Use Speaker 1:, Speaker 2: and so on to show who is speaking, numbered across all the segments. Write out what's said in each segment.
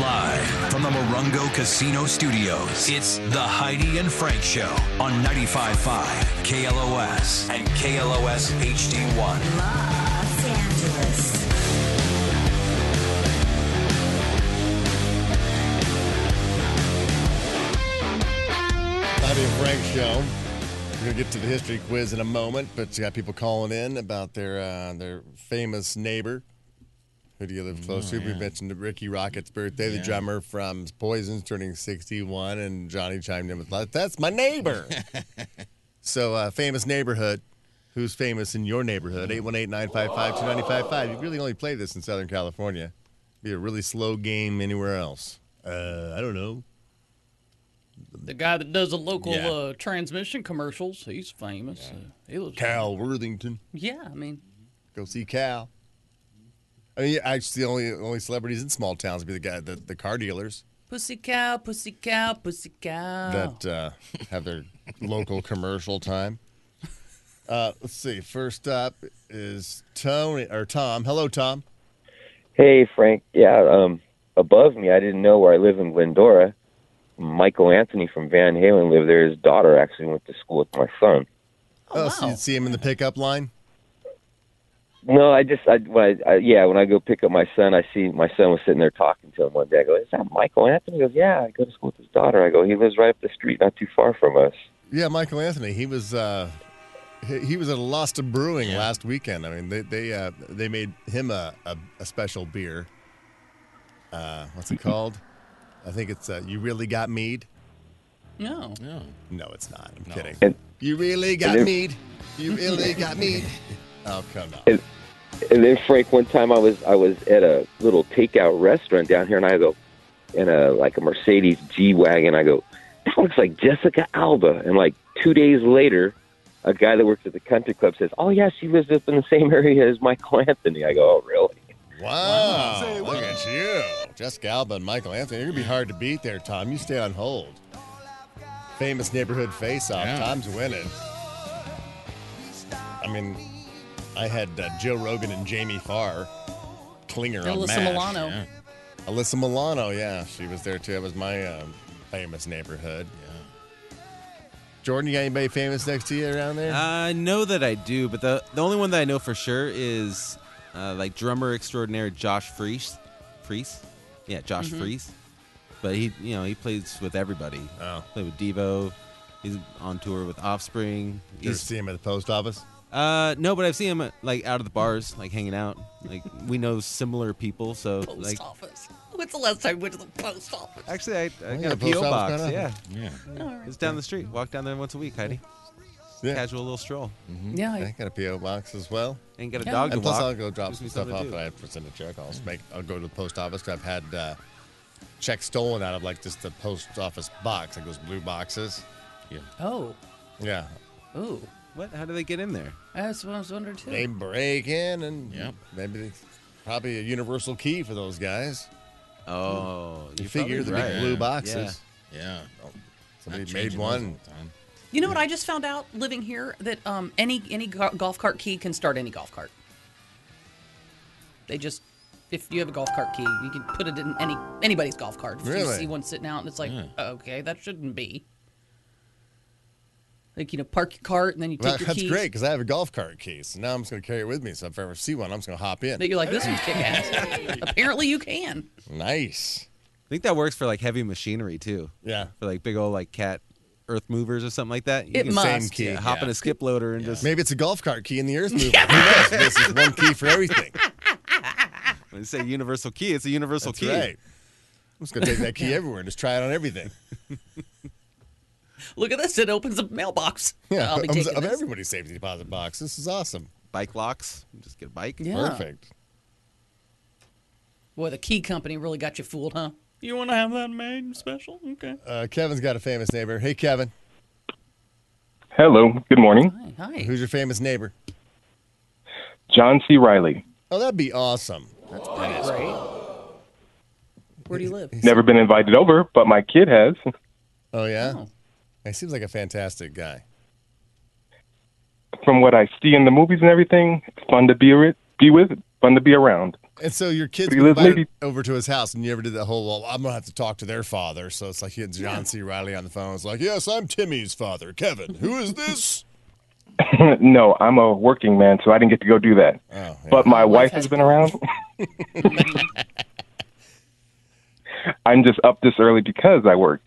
Speaker 1: Live from the Morongo Casino Studios, it's the Heidi and Frank Show on 95.5 KLOS and KLOS HD1.
Speaker 2: Los Angeles.
Speaker 3: Bobby and Frank show. We're gonna get to the history quiz in a moment, but you got people calling in about their uh, their famous neighbor. Who do you live close to? We mentioned Ricky Rocket's birthday, the drummer from Poison's turning 61, and Johnny chimed in with, "That's my neighbor." so, uh, famous neighborhood. Who's famous in your neighborhood? 818-955-2955. You really only play this in Southern California. Be a really slow game anywhere else. Uh, I don't know.
Speaker 4: The guy that does the local
Speaker 3: Yeah.
Speaker 4: uh, transmission commercials, he's famous. Yeah. he lives.
Speaker 3: Cal Worthington.
Speaker 4: Yeah, I mean,
Speaker 3: go see Cal. I mean, actually, the only only celebrities in small towns would be the guy, the, the car dealers
Speaker 4: pussy cow, pussy cow, pussy cow.
Speaker 3: that uh, have their local commercial time. Uh, let's see. First up is Tony or Tom. Hello, Tom.
Speaker 5: Hey, Frank. Yeah, um, above me, I didn't know where I live in Glendora. Michael Anthony from Van Halen lived there. His daughter actually went to school with my son.
Speaker 3: Oh, so
Speaker 4: wow.
Speaker 3: you see him in the pickup line.
Speaker 5: No, I just, I, when I, I, yeah, when I go pick up my son, I see my son was sitting there talking to him one day. I go, "Is that Michael Anthony?" He goes, "Yeah, I go to school with his daughter." I go, "He lives right up the street, not too far from us."
Speaker 3: Yeah, Michael Anthony. He was uh, he, he was at Lost Brewing last weekend. I mean, they they uh, they made him a, a, a special beer. Uh, what's it called? I think it's uh, you really got mead.
Speaker 4: no.
Speaker 3: No, it's not. I'm kidding.
Speaker 5: And-
Speaker 3: you really got
Speaker 5: and it-
Speaker 3: mead. You really got mead. Oh come on.
Speaker 5: And- And then Frank, one time I was I was at a little takeout restaurant down here, and I go in a like a Mercedes G wagon. I go, that looks like Jessica Alba. And like two days later, a guy that works at the country club says, "Oh yeah, she lives up in the same area as Michael Anthony." I go, "Oh really?"
Speaker 3: Wow. Look at you. Jessica Alba and Michael Anthony. You're gonna be hard to beat there, Tom. You stay on hold. Famous neighborhood face off. Tom's winning. I mean, I had uh, Joe Rogan and Jamie Farr clinger on
Speaker 4: Alyssa
Speaker 3: MASH.
Speaker 4: Milano.
Speaker 3: Alyssa Milano, yeah, she was there too. That was my um, famous neighborhood. Yeah. Uh, Jordan, you got anybody famous next to you around there?
Speaker 6: I know Uh, that I do, but the the only one that I know for sure is uh, like drummer extraordinaire Josh Freese. Freese? Yeah, Josh
Speaker 4: Mm-hmm.
Speaker 6: Freese. But he, you know, he plays with everybody.
Speaker 3: Oh.
Speaker 6: Played with Devo. He's on tour with Offspring.
Speaker 3: you ever
Speaker 6: He's,
Speaker 3: see him at the post office?
Speaker 6: uh, no, but I've seen him uh, like out of the bars, like hanging out. Like we know similar people, so
Speaker 4: Post
Speaker 6: like
Speaker 4: office. When's the last time you went to the post office?
Speaker 6: actually, I, I
Speaker 3: Oh, yeah,
Speaker 6: got a
Speaker 3: post
Speaker 6: PO
Speaker 3: office
Speaker 6: box.
Speaker 3: kinda-
Speaker 6: Yeah,
Speaker 7: Yeah.
Speaker 6: it's down the street. Walk down there once a week, Heidi.
Speaker 3: Yeah.
Speaker 6: Casual little stroll.
Speaker 4: Yeah,
Speaker 3: Hmm, I
Speaker 4: I-
Speaker 3: got a PO box as well.
Speaker 6: Ain't got a
Speaker 4: Yeah.
Speaker 6: dog
Speaker 3: And
Speaker 6: to
Speaker 3: plus,
Speaker 6: walk.
Speaker 3: I'll go drop
Speaker 6: Gives
Speaker 3: some
Speaker 6: me
Speaker 3: stuff
Speaker 6: something to
Speaker 3: off
Speaker 6: do.
Speaker 3: that I have to send a check. I'll just make. I'll go to the post office. 'cause I've had uh, checks stolen out of like just the post office box, like those blue boxes.
Speaker 4: oh,
Speaker 3: Yeah,
Speaker 4: oh.
Speaker 6: What? How do they get in there?
Speaker 4: That's what I was wondering too.
Speaker 3: they break in and
Speaker 7: Yep.
Speaker 3: maybe they, probably a universal key for those guys.
Speaker 6: Oh,
Speaker 3: You
Speaker 6: you're
Speaker 3: figure
Speaker 6: probably
Speaker 3: the big
Speaker 6: right.
Speaker 3: blue
Speaker 6: Yeah. Oh,
Speaker 3: boxes.
Speaker 7: Yeah.
Speaker 3: Somebody
Speaker 7: Not
Speaker 3: made
Speaker 7: changing those all
Speaker 3: one.
Speaker 7: the time.
Speaker 4: You know what I just found out living here that um, any any go- golf cart key can start any golf cart. They just if you have a golf cart key, you can put it in any anybody's golf cart. If you
Speaker 3: Really?
Speaker 4: see one sitting out and it's like, okay, that shouldn't be. Like you know, park your cart and then you take
Speaker 3: Well,
Speaker 4: your
Speaker 3: that's
Speaker 4: keys.
Speaker 3: great because I have a golf cart key, so now I'm just gonna carry it with me. So if I ever see one, I'm just gonna hop in.
Speaker 4: That you're like, this one's kick ass. Apparently you can.
Speaker 3: Nice.
Speaker 6: I think that works for like heavy machinery too.
Speaker 3: Yeah.
Speaker 6: For like big old like cat earth movers or something like that. You
Speaker 4: It
Speaker 6: can
Speaker 4: must.
Speaker 3: Same key.
Speaker 6: yeah, hop in a skip loader and just
Speaker 3: Maybe it's a golf cart key in the earth mover. Who knows? This is one key for everything.
Speaker 6: when you say universal key. It's a universal
Speaker 3: That's
Speaker 6: key.
Speaker 3: right. I'm just gonna take that key everywhere and just try it on everything.
Speaker 4: Look at this, it opens a mailbox.
Speaker 3: Yeah,
Speaker 4: I'll be
Speaker 3: of,
Speaker 4: taking
Speaker 3: of
Speaker 4: this.
Speaker 3: everybody's safety deposit box. This is awesome.
Speaker 6: Bike locks. Just get a bike.
Speaker 4: Yeah.
Speaker 3: Perfect.
Speaker 4: Boy, the key company really got you fooled, huh? You wanna have that made special? Okay.
Speaker 3: Uh, Kevin's got a famous neighbor. Hey, Kevin,
Speaker 8: Hello. Good morning.
Speaker 4: Hi, hi.
Speaker 3: who's your famous neighbor?
Speaker 8: John C. Riley.
Speaker 3: Oh, that'd be awesome.
Speaker 4: That's pretty great. Where do you live?
Speaker 8: Never been invited over, but my kid has.
Speaker 3: Oh yeah,
Speaker 4: Oh.
Speaker 3: he seems like a fantastic guy.
Speaker 8: From what I see in the movies and everything, it's fun to be with, be with, fun to be around.
Speaker 3: And so your kids
Speaker 8: Because
Speaker 3: invited
Speaker 8: maybe-
Speaker 3: over to his house, and you ever did that whole, well, I'm going to have to talk to their father. So it's like he had John C. Riley on the phone. It's like, yes, I'm Timmy's father, Kevin. Who is this?
Speaker 8: no, I'm a working man, so I didn't get to go do that.
Speaker 3: Oh, yeah.
Speaker 8: But my wife has been around. I'm just up this early because I work.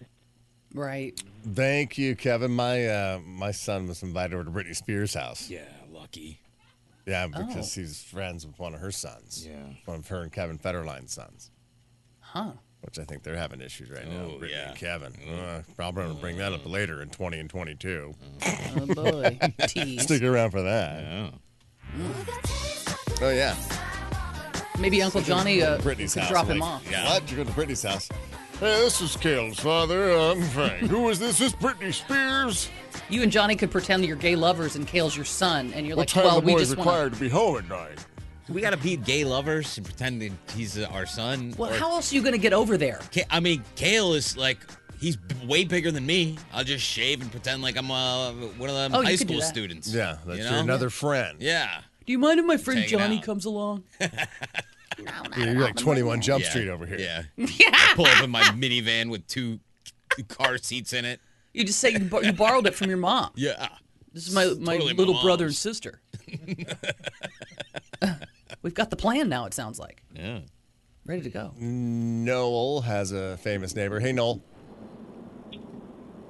Speaker 4: Right.
Speaker 3: Thank you, Kevin. My uh, my son was invited over to Britney Spears' house.
Speaker 7: Yeah, lucky. Oh.
Speaker 3: Yeah, because he's friends with one of her sons.
Speaker 7: Yeah.
Speaker 3: One of her and Kevin Federline's sons.
Speaker 4: Huh.
Speaker 3: Which I think they're having issues right now.
Speaker 7: Oh,
Speaker 3: Brittany
Speaker 7: yeah. Mm.
Speaker 3: and Kevin. Uh, probably gonna bring that up later in 20 and 22.
Speaker 4: Oh boy. Tease.
Speaker 3: Stick around for that.
Speaker 7: Oh.
Speaker 3: Oh yeah,
Speaker 4: Maybe Uncle Johnny uh, could
Speaker 3: Brittany's house.
Speaker 4: drop him
Speaker 3: like,
Speaker 4: off.
Speaker 3: Yeah, what? You're going to Brittany's house. Hey, this is Kale's father. I'm Frank. Who is this? This is Britney Spears.
Speaker 4: You and Johnny could pretend you're gay lovers and Kale's your son, and you're
Speaker 3: What time
Speaker 4: like, well,
Speaker 3: the
Speaker 4: we
Speaker 3: boy's
Speaker 4: just want.
Speaker 3: required to be home at night?
Speaker 7: We gotta be gay lovers and pretend that he's uh, our son.
Speaker 4: Well,
Speaker 7: or-
Speaker 4: how else are you going to get over there?
Speaker 7: Ka- I mean, Kale is like he's b- way bigger than me. I'll just shave and pretend like I'm uh, one of them
Speaker 4: Oh, you
Speaker 7: high
Speaker 4: could do
Speaker 7: school
Speaker 4: that.
Speaker 7: students.
Speaker 3: Yeah,
Speaker 7: you
Speaker 3: that's
Speaker 7: know?
Speaker 3: your another friend.
Speaker 7: Yeah.
Speaker 4: Do you mind if my friend
Speaker 7: Hanging
Speaker 4: Johnny
Speaker 7: out.
Speaker 4: comes along?
Speaker 3: You're like 21 Jump
Speaker 7: Yeah.
Speaker 3: Street over here.
Speaker 7: Yeah. I pull up in my minivan with two two car seats in it.
Speaker 4: You just say you, bor- you borrowed it from your mom.
Speaker 7: Yeah.
Speaker 4: This is my, my
Speaker 7: Totally my
Speaker 4: little brother and
Speaker 7: mom's.
Speaker 4: sister. We've got the plan now, it sounds like.
Speaker 7: Yeah.
Speaker 4: Ready to go.
Speaker 3: Noel has a famous neighbor. Hey, Noel.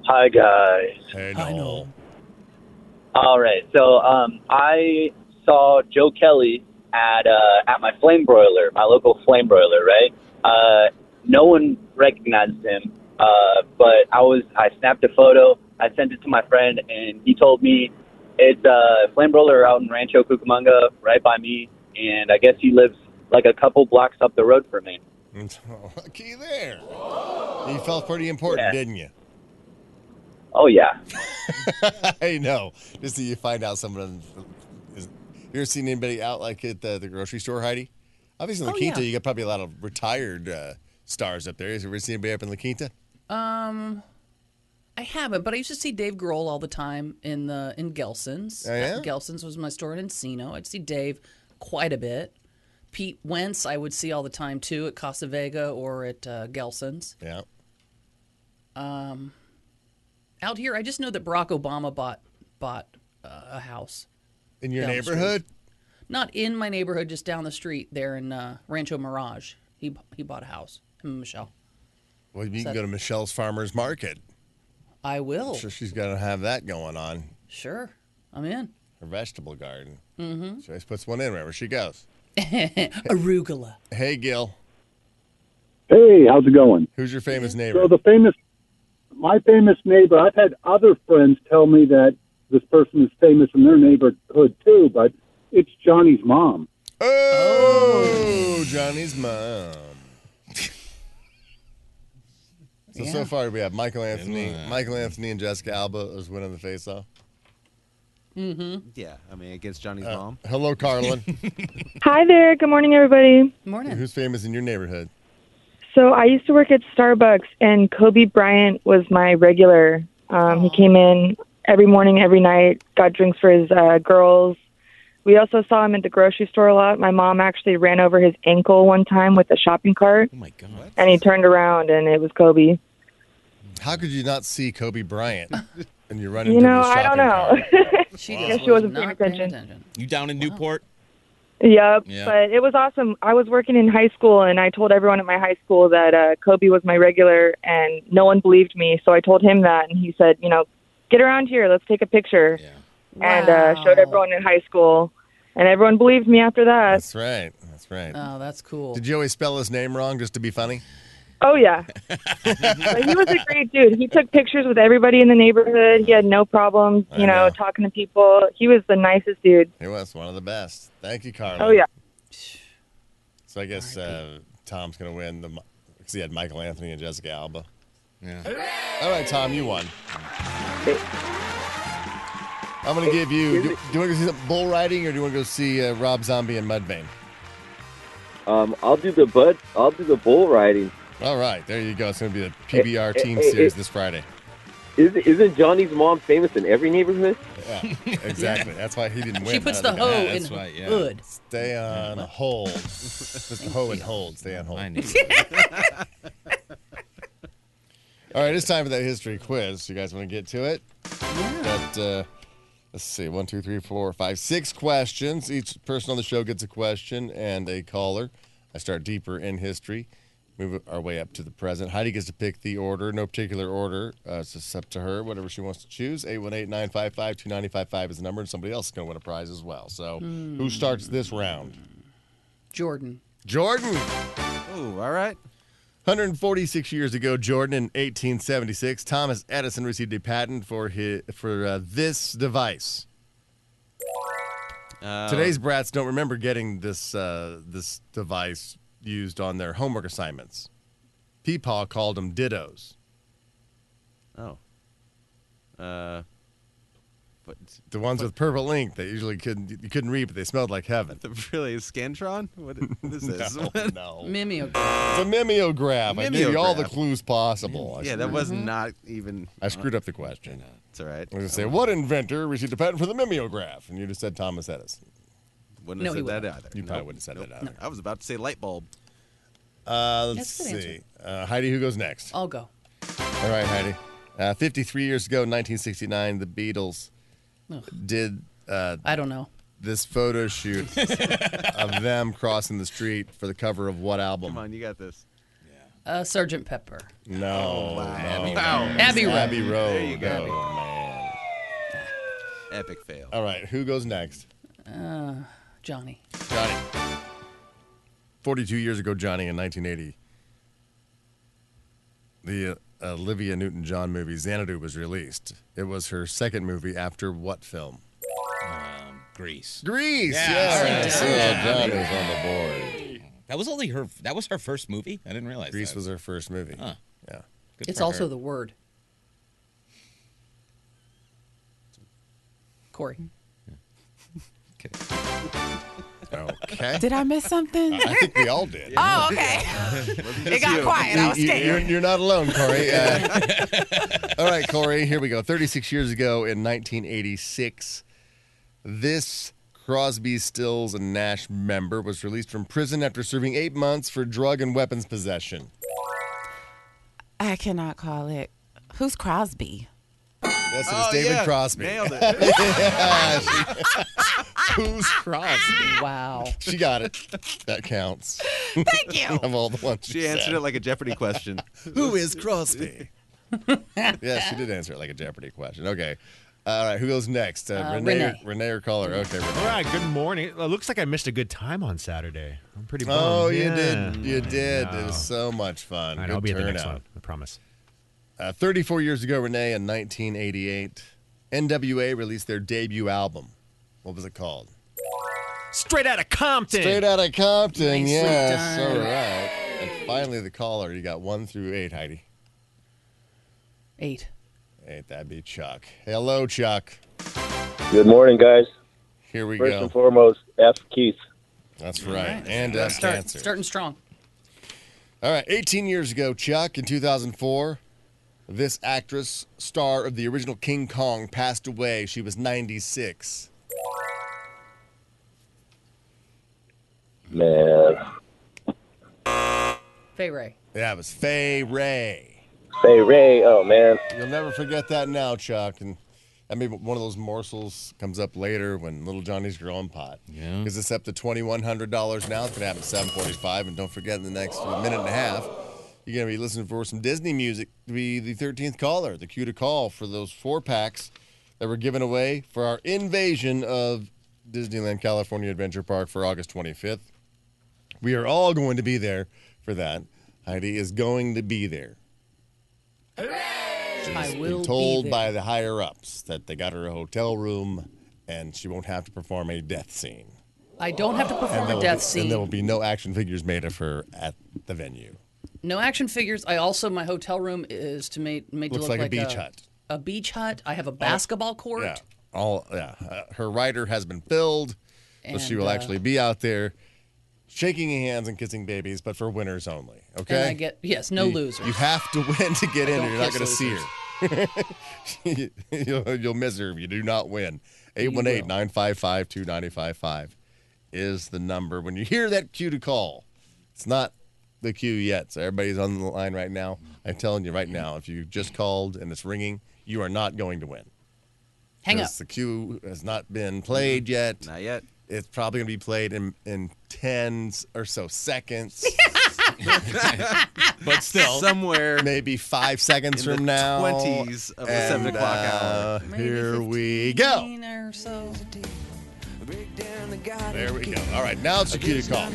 Speaker 9: Hi, guys.
Speaker 3: Hey,
Speaker 4: Hi,
Speaker 3: Noel.
Speaker 9: All right. So um, I saw Joe Kelly at uh, at my flame broiler, my local flame broiler, right? Uh, no one recognized him, uh, but I was I snapped a photo. I sent it to my friend, and he told me it's a uh, flame broiler out in Rancho Cucamonga, right by me. And I guess he lives like a couple blocks up the road from me.
Speaker 3: Oh, Lucky there. You felt pretty important,
Speaker 9: Yeah.
Speaker 3: didn't you?
Speaker 9: Oh yeah,
Speaker 3: I know. Just so you find out someone is. You ever seen anybody out like at the, the grocery store, Heidi? Obviously, in La
Speaker 4: Oh,
Speaker 3: Quinta,
Speaker 4: yeah.
Speaker 3: you got probably a lot of retired uh, stars up there. Has you ever seen anybody up in La Quinta?
Speaker 4: I haven't, but I used to see Dave Grohl all the time in the in Gelson's.
Speaker 3: Oh, yeah?
Speaker 4: Gelson's was my store in Encino. I'd see Dave quite a bit. Pete Wentz, I would see all the time too at Casa Vega or at uh, Gelson's.
Speaker 3: Yeah.
Speaker 4: Out here, I just know that Barack Obama bought bought uh, a house,
Speaker 3: In your
Speaker 4: Down the street.
Speaker 3: neighborhood?
Speaker 4: not in my neighborhood, just down the street there in uh, Rancho Mirage. He b- he bought a house. Him and Michelle.
Speaker 3: Well, you can go to Michelle's Farmer's Market.
Speaker 4: I will.
Speaker 3: I'm sure she's going to have that going on.
Speaker 4: Sure. I'm in.
Speaker 3: Her vegetable garden. Mm-hmm. She always puts one in wherever she goes.
Speaker 4: Arugula.
Speaker 3: Hey, Gil.
Speaker 10: Hey, how's it going?
Speaker 3: Who's your famous
Speaker 10: So
Speaker 3: neighbor?
Speaker 10: the famous, my famous neighbor. I've had other friends tell me that this person is famous in their neighborhood too, but it's Johnny's mom.
Speaker 3: Oh, Johnny's mom. So so
Speaker 4: Yeah.
Speaker 3: far we have Michael Anthony, Michael Anthony and Jessica Alba is winning the face off.
Speaker 6: Yeah, I mean against Johnny's
Speaker 3: Uh.
Speaker 6: mom.
Speaker 3: Hello, Carlin.
Speaker 11: Hi there. Good morning, everybody.
Speaker 4: Morning.
Speaker 3: Who's famous in your neighborhood?
Speaker 11: So I used to work at Starbucks, and Kobe Bryant was my regular. Um, he came in every morning, every night, got drinks for his uh, girls. We also saw him at the grocery store a lot. My mom actually ran over his ankle one time with a shopping cart,
Speaker 7: Oh my god.
Speaker 11: and he turned around, and it was Kobe.
Speaker 3: How could you not see Kobe Bryant and you're running?
Speaker 11: You know, I don't know.
Speaker 4: She
Speaker 11: guess
Speaker 4: just
Speaker 11: she wasn't
Speaker 4: was not
Speaker 11: paying
Speaker 4: paying
Speaker 11: attention.
Speaker 4: attention.
Speaker 7: You down in Newport?
Speaker 11: Yep.
Speaker 7: Yeah.
Speaker 11: But it was awesome. I was working in high school, and I told everyone at my high school that uh, Kobe was my regular, and no one believed me. So I told him that, and he said, you know, get around here. Let's take a picture.
Speaker 7: Yeah.
Speaker 11: And uh, showed
Speaker 4: Wow.
Speaker 11: everyone in high school, and everyone believed me after that.
Speaker 3: That's right. That's right.
Speaker 4: Oh, that's cool.
Speaker 3: Did you always spell his name wrong just to be funny?
Speaker 11: Oh, yeah. but he was a great dude. He took pictures with everybody in the neighborhood. He had no problems,
Speaker 3: I
Speaker 11: you know,
Speaker 3: know.
Speaker 11: talking to people. He was the nicest dude.
Speaker 3: He was one of the best. Thank you, Carlin.
Speaker 11: Oh, yeah.
Speaker 3: So I guess uh, Tom's gonna win the because he had Michael Anthony and Jessica Alba.
Speaker 7: Yeah.
Speaker 3: All right, Tom, you won. I'm going to give you. Do, do you want to go see some bull riding, or do you want to go see uh, Rob Zombie and Mudvayne?
Speaker 5: Um, I'll do the bud. I'll do the bull riding.
Speaker 3: All right, there you go. It's going to be the PBR
Speaker 5: Eh, eh,
Speaker 3: Team
Speaker 5: eh,
Speaker 3: Series
Speaker 5: eh.
Speaker 3: this Friday.
Speaker 5: Is, isn't Johnny's mom famous in every neighborhood?
Speaker 3: Yeah, exactly. That's why he didn't win.
Speaker 4: She puts the hoe
Speaker 3: hoe
Speaker 4: in hood.
Speaker 3: Stay on hold. Just the hoe and hold. Stay on hold. All right, it's time for that history quiz. You guys want to get to it? Got, uh, let's see, one, two, three, four, five, six questions. Each person on the show gets a question and a caller. I start deeper in history, move our way up to the present. Heidi gets to pick the order, no particular order. Uh, it's just up to her, whatever she wants to choose. 818 955 2955 is the number, and somebody else is going to win a prize as well. So, who starts this round?
Speaker 4: Jordan.
Speaker 3: Jordan. Oh,
Speaker 6: all right.
Speaker 3: 146 years ago, Jordan in 1876, Thomas Edison received a patent for his, for uh, this device.
Speaker 6: Uh,
Speaker 3: Today's brats don't remember getting this uh, this device used on their homework assignments. Peepaw called them dittos.
Speaker 6: Oh. Uh, but
Speaker 3: The ones with purple ink that usually couldn't you couldn't read, but they smelled like heaven.
Speaker 6: really, is Scantron? What, what is this?
Speaker 3: No, no.
Speaker 4: Mimeograph.
Speaker 3: It's a mimeograph. I gave you all the
Speaker 6: Mimeograph.
Speaker 3: clues possible. I
Speaker 6: yeah, that
Speaker 3: screwed-
Speaker 6: was not even. uh,
Speaker 3: I screwed up the question.
Speaker 6: It's all right.
Speaker 3: I was gonna say, what inventor received a patent for the mimeograph? And you just said Thomas Edison.
Speaker 6: Wouldn't
Speaker 3: No,
Speaker 6: have
Speaker 3: he
Speaker 6: said that
Speaker 3: wouldn't.
Speaker 6: either.
Speaker 3: You probably wouldn't have said that either.
Speaker 6: I was about to say light bulb.
Speaker 3: Uh, let's
Speaker 4: That's a good answer. Oh.
Speaker 3: see. Uh, Heidi, who goes next?
Speaker 4: I'll go.
Speaker 3: All right, Heidi. Uh, 53 years ago, 1969, the Beatles
Speaker 4: Ugh.
Speaker 3: did uh,
Speaker 4: I don't know.
Speaker 3: this photo shoot of them crossing the street for the cover of what album?
Speaker 6: Come on, you got this.
Speaker 4: Uh, Sergeant Pepper.
Speaker 3: No. no.
Speaker 4: Abbey Road.
Speaker 3: Abbey Road.
Speaker 6: There you go.
Speaker 3: Oh, man.
Speaker 6: Epic fail.
Speaker 3: All right, who goes next?
Speaker 4: Uh, Johnny.
Speaker 3: Johnny. 42 years ago, Johnny, in 1980, the uh, Olivia Newton John movie Xanadu was released. It was her second movie after what film?
Speaker 7: Um, Greece.
Speaker 3: Grease.
Speaker 7: Yeah, I
Speaker 3: Yeah, right.
Speaker 7: see
Speaker 3: So
Speaker 7: that.
Speaker 3: Johnny was on the board.
Speaker 7: That was only her. That was her first movie. I didn't realize.
Speaker 3: Grease
Speaker 7: that.
Speaker 3: was her first movie.
Speaker 7: Huh.
Speaker 3: Yeah.
Speaker 7: Good
Speaker 4: it's
Speaker 7: for
Speaker 4: also
Speaker 7: her.
Speaker 4: the word. Corey.
Speaker 3: Okay.
Speaker 12: Did I miss something?
Speaker 3: I think we all did.
Speaker 12: Oh, okay. it got quiet. I was
Speaker 3: You- you-
Speaker 12: scared.
Speaker 3: You're, you're not alone, Corey. Uh, all right, Corey, here we go. 36 years ago in 1986, this Crosby, Stills, and Nash member was released from prison after serving eight months for drug and weapons possession.
Speaker 12: I cannot call it. Who's Crosby?
Speaker 3: Yes, it is
Speaker 12: Oh,
Speaker 3: David
Speaker 12: yeah.
Speaker 3: Crosby.
Speaker 12: Nailed it.
Speaker 3: Yeah, she- Who's
Speaker 4: ah.
Speaker 3: Crosby?
Speaker 4: Wow.
Speaker 3: She got it. That counts.
Speaker 12: Thank you.
Speaker 3: of all the ones
Speaker 6: She answered it like a Jeopardy question.
Speaker 3: Who is Crosby? yes, she did answer it like a Jeopardy question. Okay. All right, who goes next? Uh,
Speaker 4: Uh,
Speaker 3: Renee,
Speaker 4: Renee.
Speaker 3: Renee. or caller? Okay,
Speaker 13: All
Speaker 3: Renee.
Speaker 13: right, good morning. It looks like I missed a good time on Saturday. I'm pretty bummed.
Speaker 3: Oh, you
Speaker 13: Yeah.
Speaker 3: did. You did.
Speaker 13: I
Speaker 3: It was
Speaker 13: know.
Speaker 3: so much fun.
Speaker 13: All right,
Speaker 3: Good
Speaker 13: I'll be at the next
Speaker 3: turnout.
Speaker 13: one. I promise.
Speaker 3: Uh, 34 years ago, Renee, in 1988, NWA released their debut album. What was it called?
Speaker 13: Straight out of Compton.
Speaker 3: Straight Outta Compton.
Speaker 13: Nicely
Speaker 3: yes.
Speaker 13: done.
Speaker 3: All right. And finally, the caller. You got one through eight, Heidi.
Speaker 4: Eight.
Speaker 3: Eight. That'd be Chuck. Hello, Chuck.
Speaker 14: Good morning, guys.
Speaker 3: Here we
Speaker 14: First
Speaker 3: go.
Speaker 14: and foremost, F. Keith.
Speaker 3: That's right. And
Speaker 4: Well,
Speaker 3: uh,
Speaker 4: start,
Speaker 3: cancer.
Speaker 4: Starting strong.
Speaker 3: All right, 18 years ago, Chuck, in 2004, this actress, star of the original King Kong, passed away. She was 96.
Speaker 14: Man.
Speaker 4: Fay Ray.
Speaker 3: Yeah, it was Faye Ray.
Speaker 14: Say Ray. Oh, man.
Speaker 3: You'll never forget that now, Chuck. And I mean, one of those morsels comes up later when Little Johnny's growing pot. Yeah. Because it's up to $2,100 now. It's going to happen at 745. And don't forget, in the next minute and a half, you're going to be listening for some Disney music to be the 13th caller, the cue to call for those four packs that were given away for our invasion of Disneyland California Adventure Park for August 25th. We are all going to be there for that. Heidi is going to be there
Speaker 4: I
Speaker 3: been
Speaker 4: will
Speaker 3: told
Speaker 4: be there.
Speaker 3: by the higher ups that they got her a hotel room and she won't have to perform a death scene.
Speaker 4: I don't have to
Speaker 3: and
Speaker 4: perform
Speaker 3: there
Speaker 4: a
Speaker 3: will
Speaker 4: death
Speaker 3: be-
Speaker 4: scene.
Speaker 3: And there will be no action figures made of her at the venue.
Speaker 4: No action figures. I also my hotel room is to made made
Speaker 3: Looks
Speaker 4: to look
Speaker 3: like a beach hut. Oh,
Speaker 4: A beach hut. I have a basketball court.
Speaker 3: Yeah. All yeah. Uh, her rider has been filled, so she
Speaker 4: And,
Speaker 3: will
Speaker 4: uh,
Speaker 3: actually be out there shaking hands and kissing babies, but for winners only. Okay.
Speaker 4: I get- yes, no
Speaker 3: You-
Speaker 4: losers.
Speaker 3: You have to win to get in,
Speaker 4: don't
Speaker 3: or you're not
Speaker 4: kiss
Speaker 3: going to see her.
Speaker 4: losers.
Speaker 3: you'll, you'll miss her if you do not win. 818 955 2955 is the number. When you hear that cue to call, it's not the cue yet. So everybody's on the line right now. I'm telling you right now, if you just called and it's ringing, you are not going to win.
Speaker 4: Hang up.
Speaker 3: 'Cause The cue has not been played yet. Not
Speaker 6: yet.
Speaker 3: It's probably going to be played in, in tens or so seconds.
Speaker 7: but still,
Speaker 6: somewhere
Speaker 3: maybe five seconds
Speaker 6: in
Speaker 3: from
Speaker 6: the
Speaker 3: now,
Speaker 6: 20s of the
Speaker 3: And,
Speaker 6: seven o'clock
Speaker 3: uh,
Speaker 6: hour.
Speaker 3: Here we go.
Speaker 4: Or so.
Speaker 3: There we go. All right, now it's your cue to call.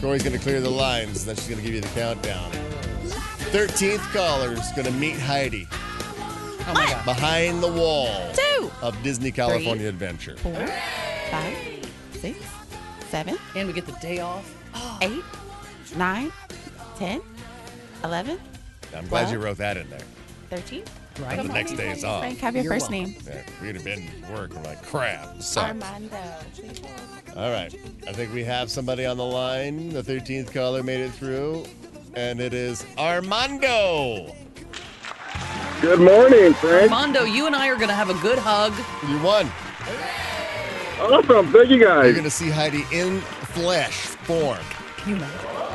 Speaker 3: Corey's going to clear the lines, then she's going to give you the countdown. Thirteenth caller is going to meet Heidi.
Speaker 4: Oh my God.
Speaker 3: Behind the wall
Speaker 12: Two.
Speaker 3: of Disney California Adventure.
Speaker 12: Four, five, six, seven.
Speaker 4: And we get the day off.
Speaker 12: Eight, nine, ten, eleven,
Speaker 3: I'm glad
Speaker 12: Well.
Speaker 3: you wrote that in there.
Speaker 12: thirteen.
Speaker 3: Right. The next day is off.
Speaker 12: Frank, have your first name.
Speaker 3: Yeah, we'd have been at work and like crap. sucks.
Speaker 12: Armando.
Speaker 3: All right. I think we have somebody on the line. The 13th caller made it through, and it is Armando.
Speaker 14: Good morning, Frank.
Speaker 4: Armando, you and I are going to have a good hug.
Speaker 3: You won.
Speaker 14: Awesome. Thank you
Speaker 3: You're
Speaker 14: guys.
Speaker 3: going to see Heidi in flesh form.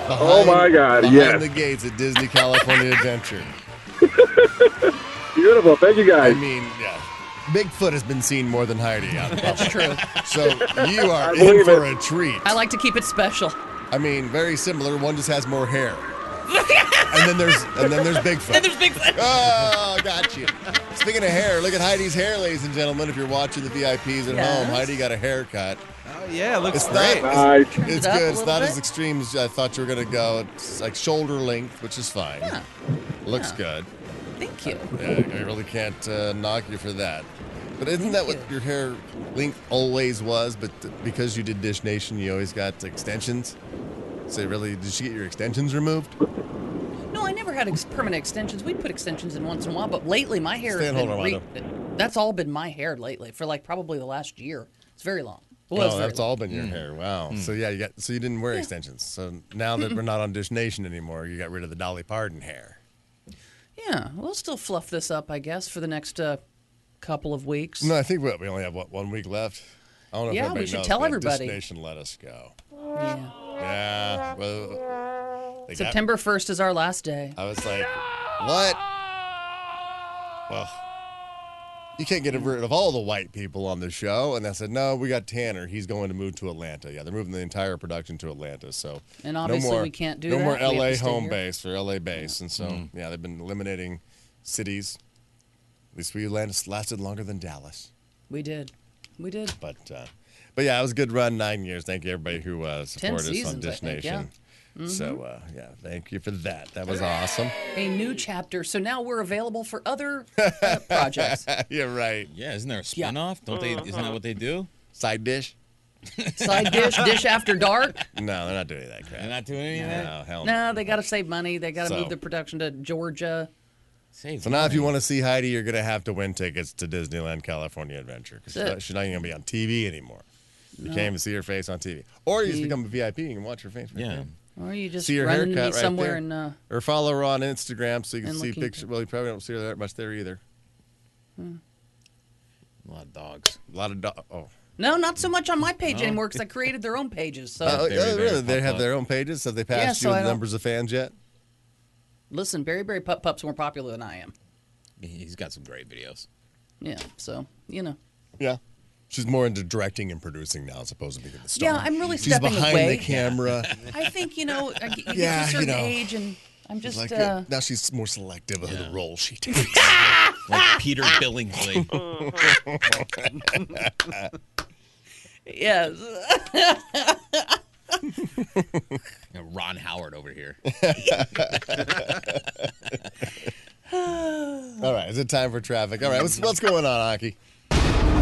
Speaker 14: Oh, my God,
Speaker 3: Behind
Speaker 14: yes.
Speaker 3: the gates at Disney California Adventure.
Speaker 14: Beautiful. Thank you guys.
Speaker 3: I mean, yeah. Bigfoot has been seen more than Heidi out in
Speaker 4: That's true.
Speaker 3: public. So you
Speaker 4: I
Speaker 3: are in
Speaker 4: believe
Speaker 3: for
Speaker 4: it.
Speaker 3: a treat.
Speaker 4: I like to keep it special.
Speaker 3: I mean, very similar. One just has more hair. and then there's and then there's Bigfoot.
Speaker 4: And there's Bigfoot.
Speaker 3: Oh, got you. Speaking of hair, look at Heidi's hair, ladies and gentlemen. If you're watching the VIPs at
Speaker 6: Yes.
Speaker 3: home, Heidi got a haircut.
Speaker 6: Oh yeah, it looks
Speaker 3: it's
Speaker 6: great.
Speaker 3: Not, it's it's
Speaker 6: Trimmed it up a
Speaker 3: good. It's
Speaker 6: little
Speaker 3: not
Speaker 6: bit.
Speaker 3: as extreme as I thought you were gonna go. It's like shoulder length, which is fine. Looks good.
Speaker 4: Thank you.
Speaker 3: Yeah, I really can't uh, knock you for that. But isn't that what your hair length always was? But th- because you did Dish Nation, you always got extensions. So really, did you get your extensions removed?
Speaker 4: No, I never had ex- permanent extensions. We put extensions in once in a while, but lately my hair
Speaker 3: Stay
Speaker 4: has
Speaker 3: on hold,
Speaker 4: been
Speaker 3: Armando.
Speaker 4: that's all been my hair lately for like probably the last year. It's very long. Well, it's
Speaker 3: oh,
Speaker 4: very
Speaker 3: that's all been your
Speaker 4: Hmm.
Speaker 3: hair. Wow. So yeah, you got so you didn't wear extensions. So now that we're not on Dish Nation anymore, you got rid of the Dolly Parton hair.
Speaker 4: Yeah, we'll still fluff this up, I guess, for the next uh, couple of weeks.
Speaker 3: No, I think what, we only have what one week left. I don't know if
Speaker 4: Yeah, we
Speaker 3: everybody
Speaker 4: should
Speaker 3: knows,
Speaker 4: tell
Speaker 3: but
Speaker 4: everybody.
Speaker 3: Dish Nation let us go.
Speaker 4: Yeah.
Speaker 3: Yeah. Well, they got-
Speaker 4: September 1st is our last day.
Speaker 3: I was like, what? Well, you can't get rid of all the white people on the show. And I said, no, we got Tanner. He's going to move to Atlanta. Yeah, they're moving the entire production to Atlanta. So
Speaker 4: And obviously
Speaker 3: no more,
Speaker 4: we can't do
Speaker 3: no
Speaker 4: that. We have
Speaker 3: more
Speaker 4: to
Speaker 3: LA
Speaker 4: stay
Speaker 3: home
Speaker 4: here.
Speaker 3: base or LA base. And so,
Speaker 4: Mhm.
Speaker 3: yeah, they've been eliminating cities. At least we Atlantis lasted longer than Dallas.
Speaker 4: We did. We did.
Speaker 3: But uh, but yeah, it was a good run, nine years. Thank you everybody who uh, supported us on
Speaker 4: seasons, I
Speaker 3: Dish
Speaker 4: think, yeah. Mm-hmm.
Speaker 3: Nation. So uh, yeah, thank you for that. That was awesome.
Speaker 4: A new chapter. So now we're available for other uh, projects.
Speaker 3: You're right.
Speaker 7: Yeah, isn't there a spinoff? Don't they? Isn't that what they do?
Speaker 3: Side dish.
Speaker 4: Side dish, dish after dark.
Speaker 3: No, they're not doing that crap. They're
Speaker 7: not doing any
Speaker 3: of that. No, hell no.
Speaker 4: No, they got to save money. They got to
Speaker 3: Oh So-
Speaker 4: move the production to Georgia.
Speaker 7: Save
Speaker 3: So now, if you want to see Heidi, you're gonna have to win tickets to Disneyland California Adventure because she's
Speaker 4: That's
Speaker 3: not,
Speaker 4: it.
Speaker 3: she's not even gonna be on TV anymore. You
Speaker 4: No.
Speaker 3: can't even see her face on TV, or you just
Speaker 4: You-
Speaker 3: become a VIP and you can watch her face. Right
Speaker 7: Yeah.
Speaker 3: there.
Speaker 4: Or you just
Speaker 3: see her
Speaker 4: run into me
Speaker 3: haircut right
Speaker 4: somewhere
Speaker 3: there.
Speaker 4: and uh,
Speaker 3: or follow her on Instagram so you can
Speaker 4: and
Speaker 3: see
Speaker 4: looking-
Speaker 3: pictures. Well, you probably don't see her that much there either.
Speaker 7: A lot of dogs.
Speaker 3: A lot of dogs. Oh.
Speaker 4: no, not so much on my page
Speaker 3: No.
Speaker 4: anymore because I created their own pages. So
Speaker 3: Oh, yeah, really? They have their own pages. Have they passed
Speaker 4: Yeah,
Speaker 3: you
Speaker 4: so I
Speaker 3: the
Speaker 4: don't-
Speaker 3: numbers of fans yet?
Speaker 4: listen, Berry Berry Pup Pup's more popular than I am.
Speaker 7: He's got some great videos.
Speaker 4: Yeah, so you know.
Speaker 3: Yeah. She's more into directing and producing now, as opposed to being the star.
Speaker 4: Yeah, I'm really
Speaker 3: She's
Speaker 4: stepping
Speaker 3: behind the
Speaker 4: away.
Speaker 3: camera.
Speaker 4: I think you know, I, you
Speaker 3: Yeah,
Speaker 4: get to a
Speaker 3: you
Speaker 4: certain
Speaker 3: know.
Speaker 4: age, and I'm just
Speaker 3: Like, uh,
Speaker 4: uh,
Speaker 3: now she's more selective of the role she takes.
Speaker 7: like Peter Billingsley.
Speaker 4: yes.
Speaker 7: You know, Ron Howard over here.
Speaker 3: All right, is it time for traffic? All right, what's, what's going on, Aki?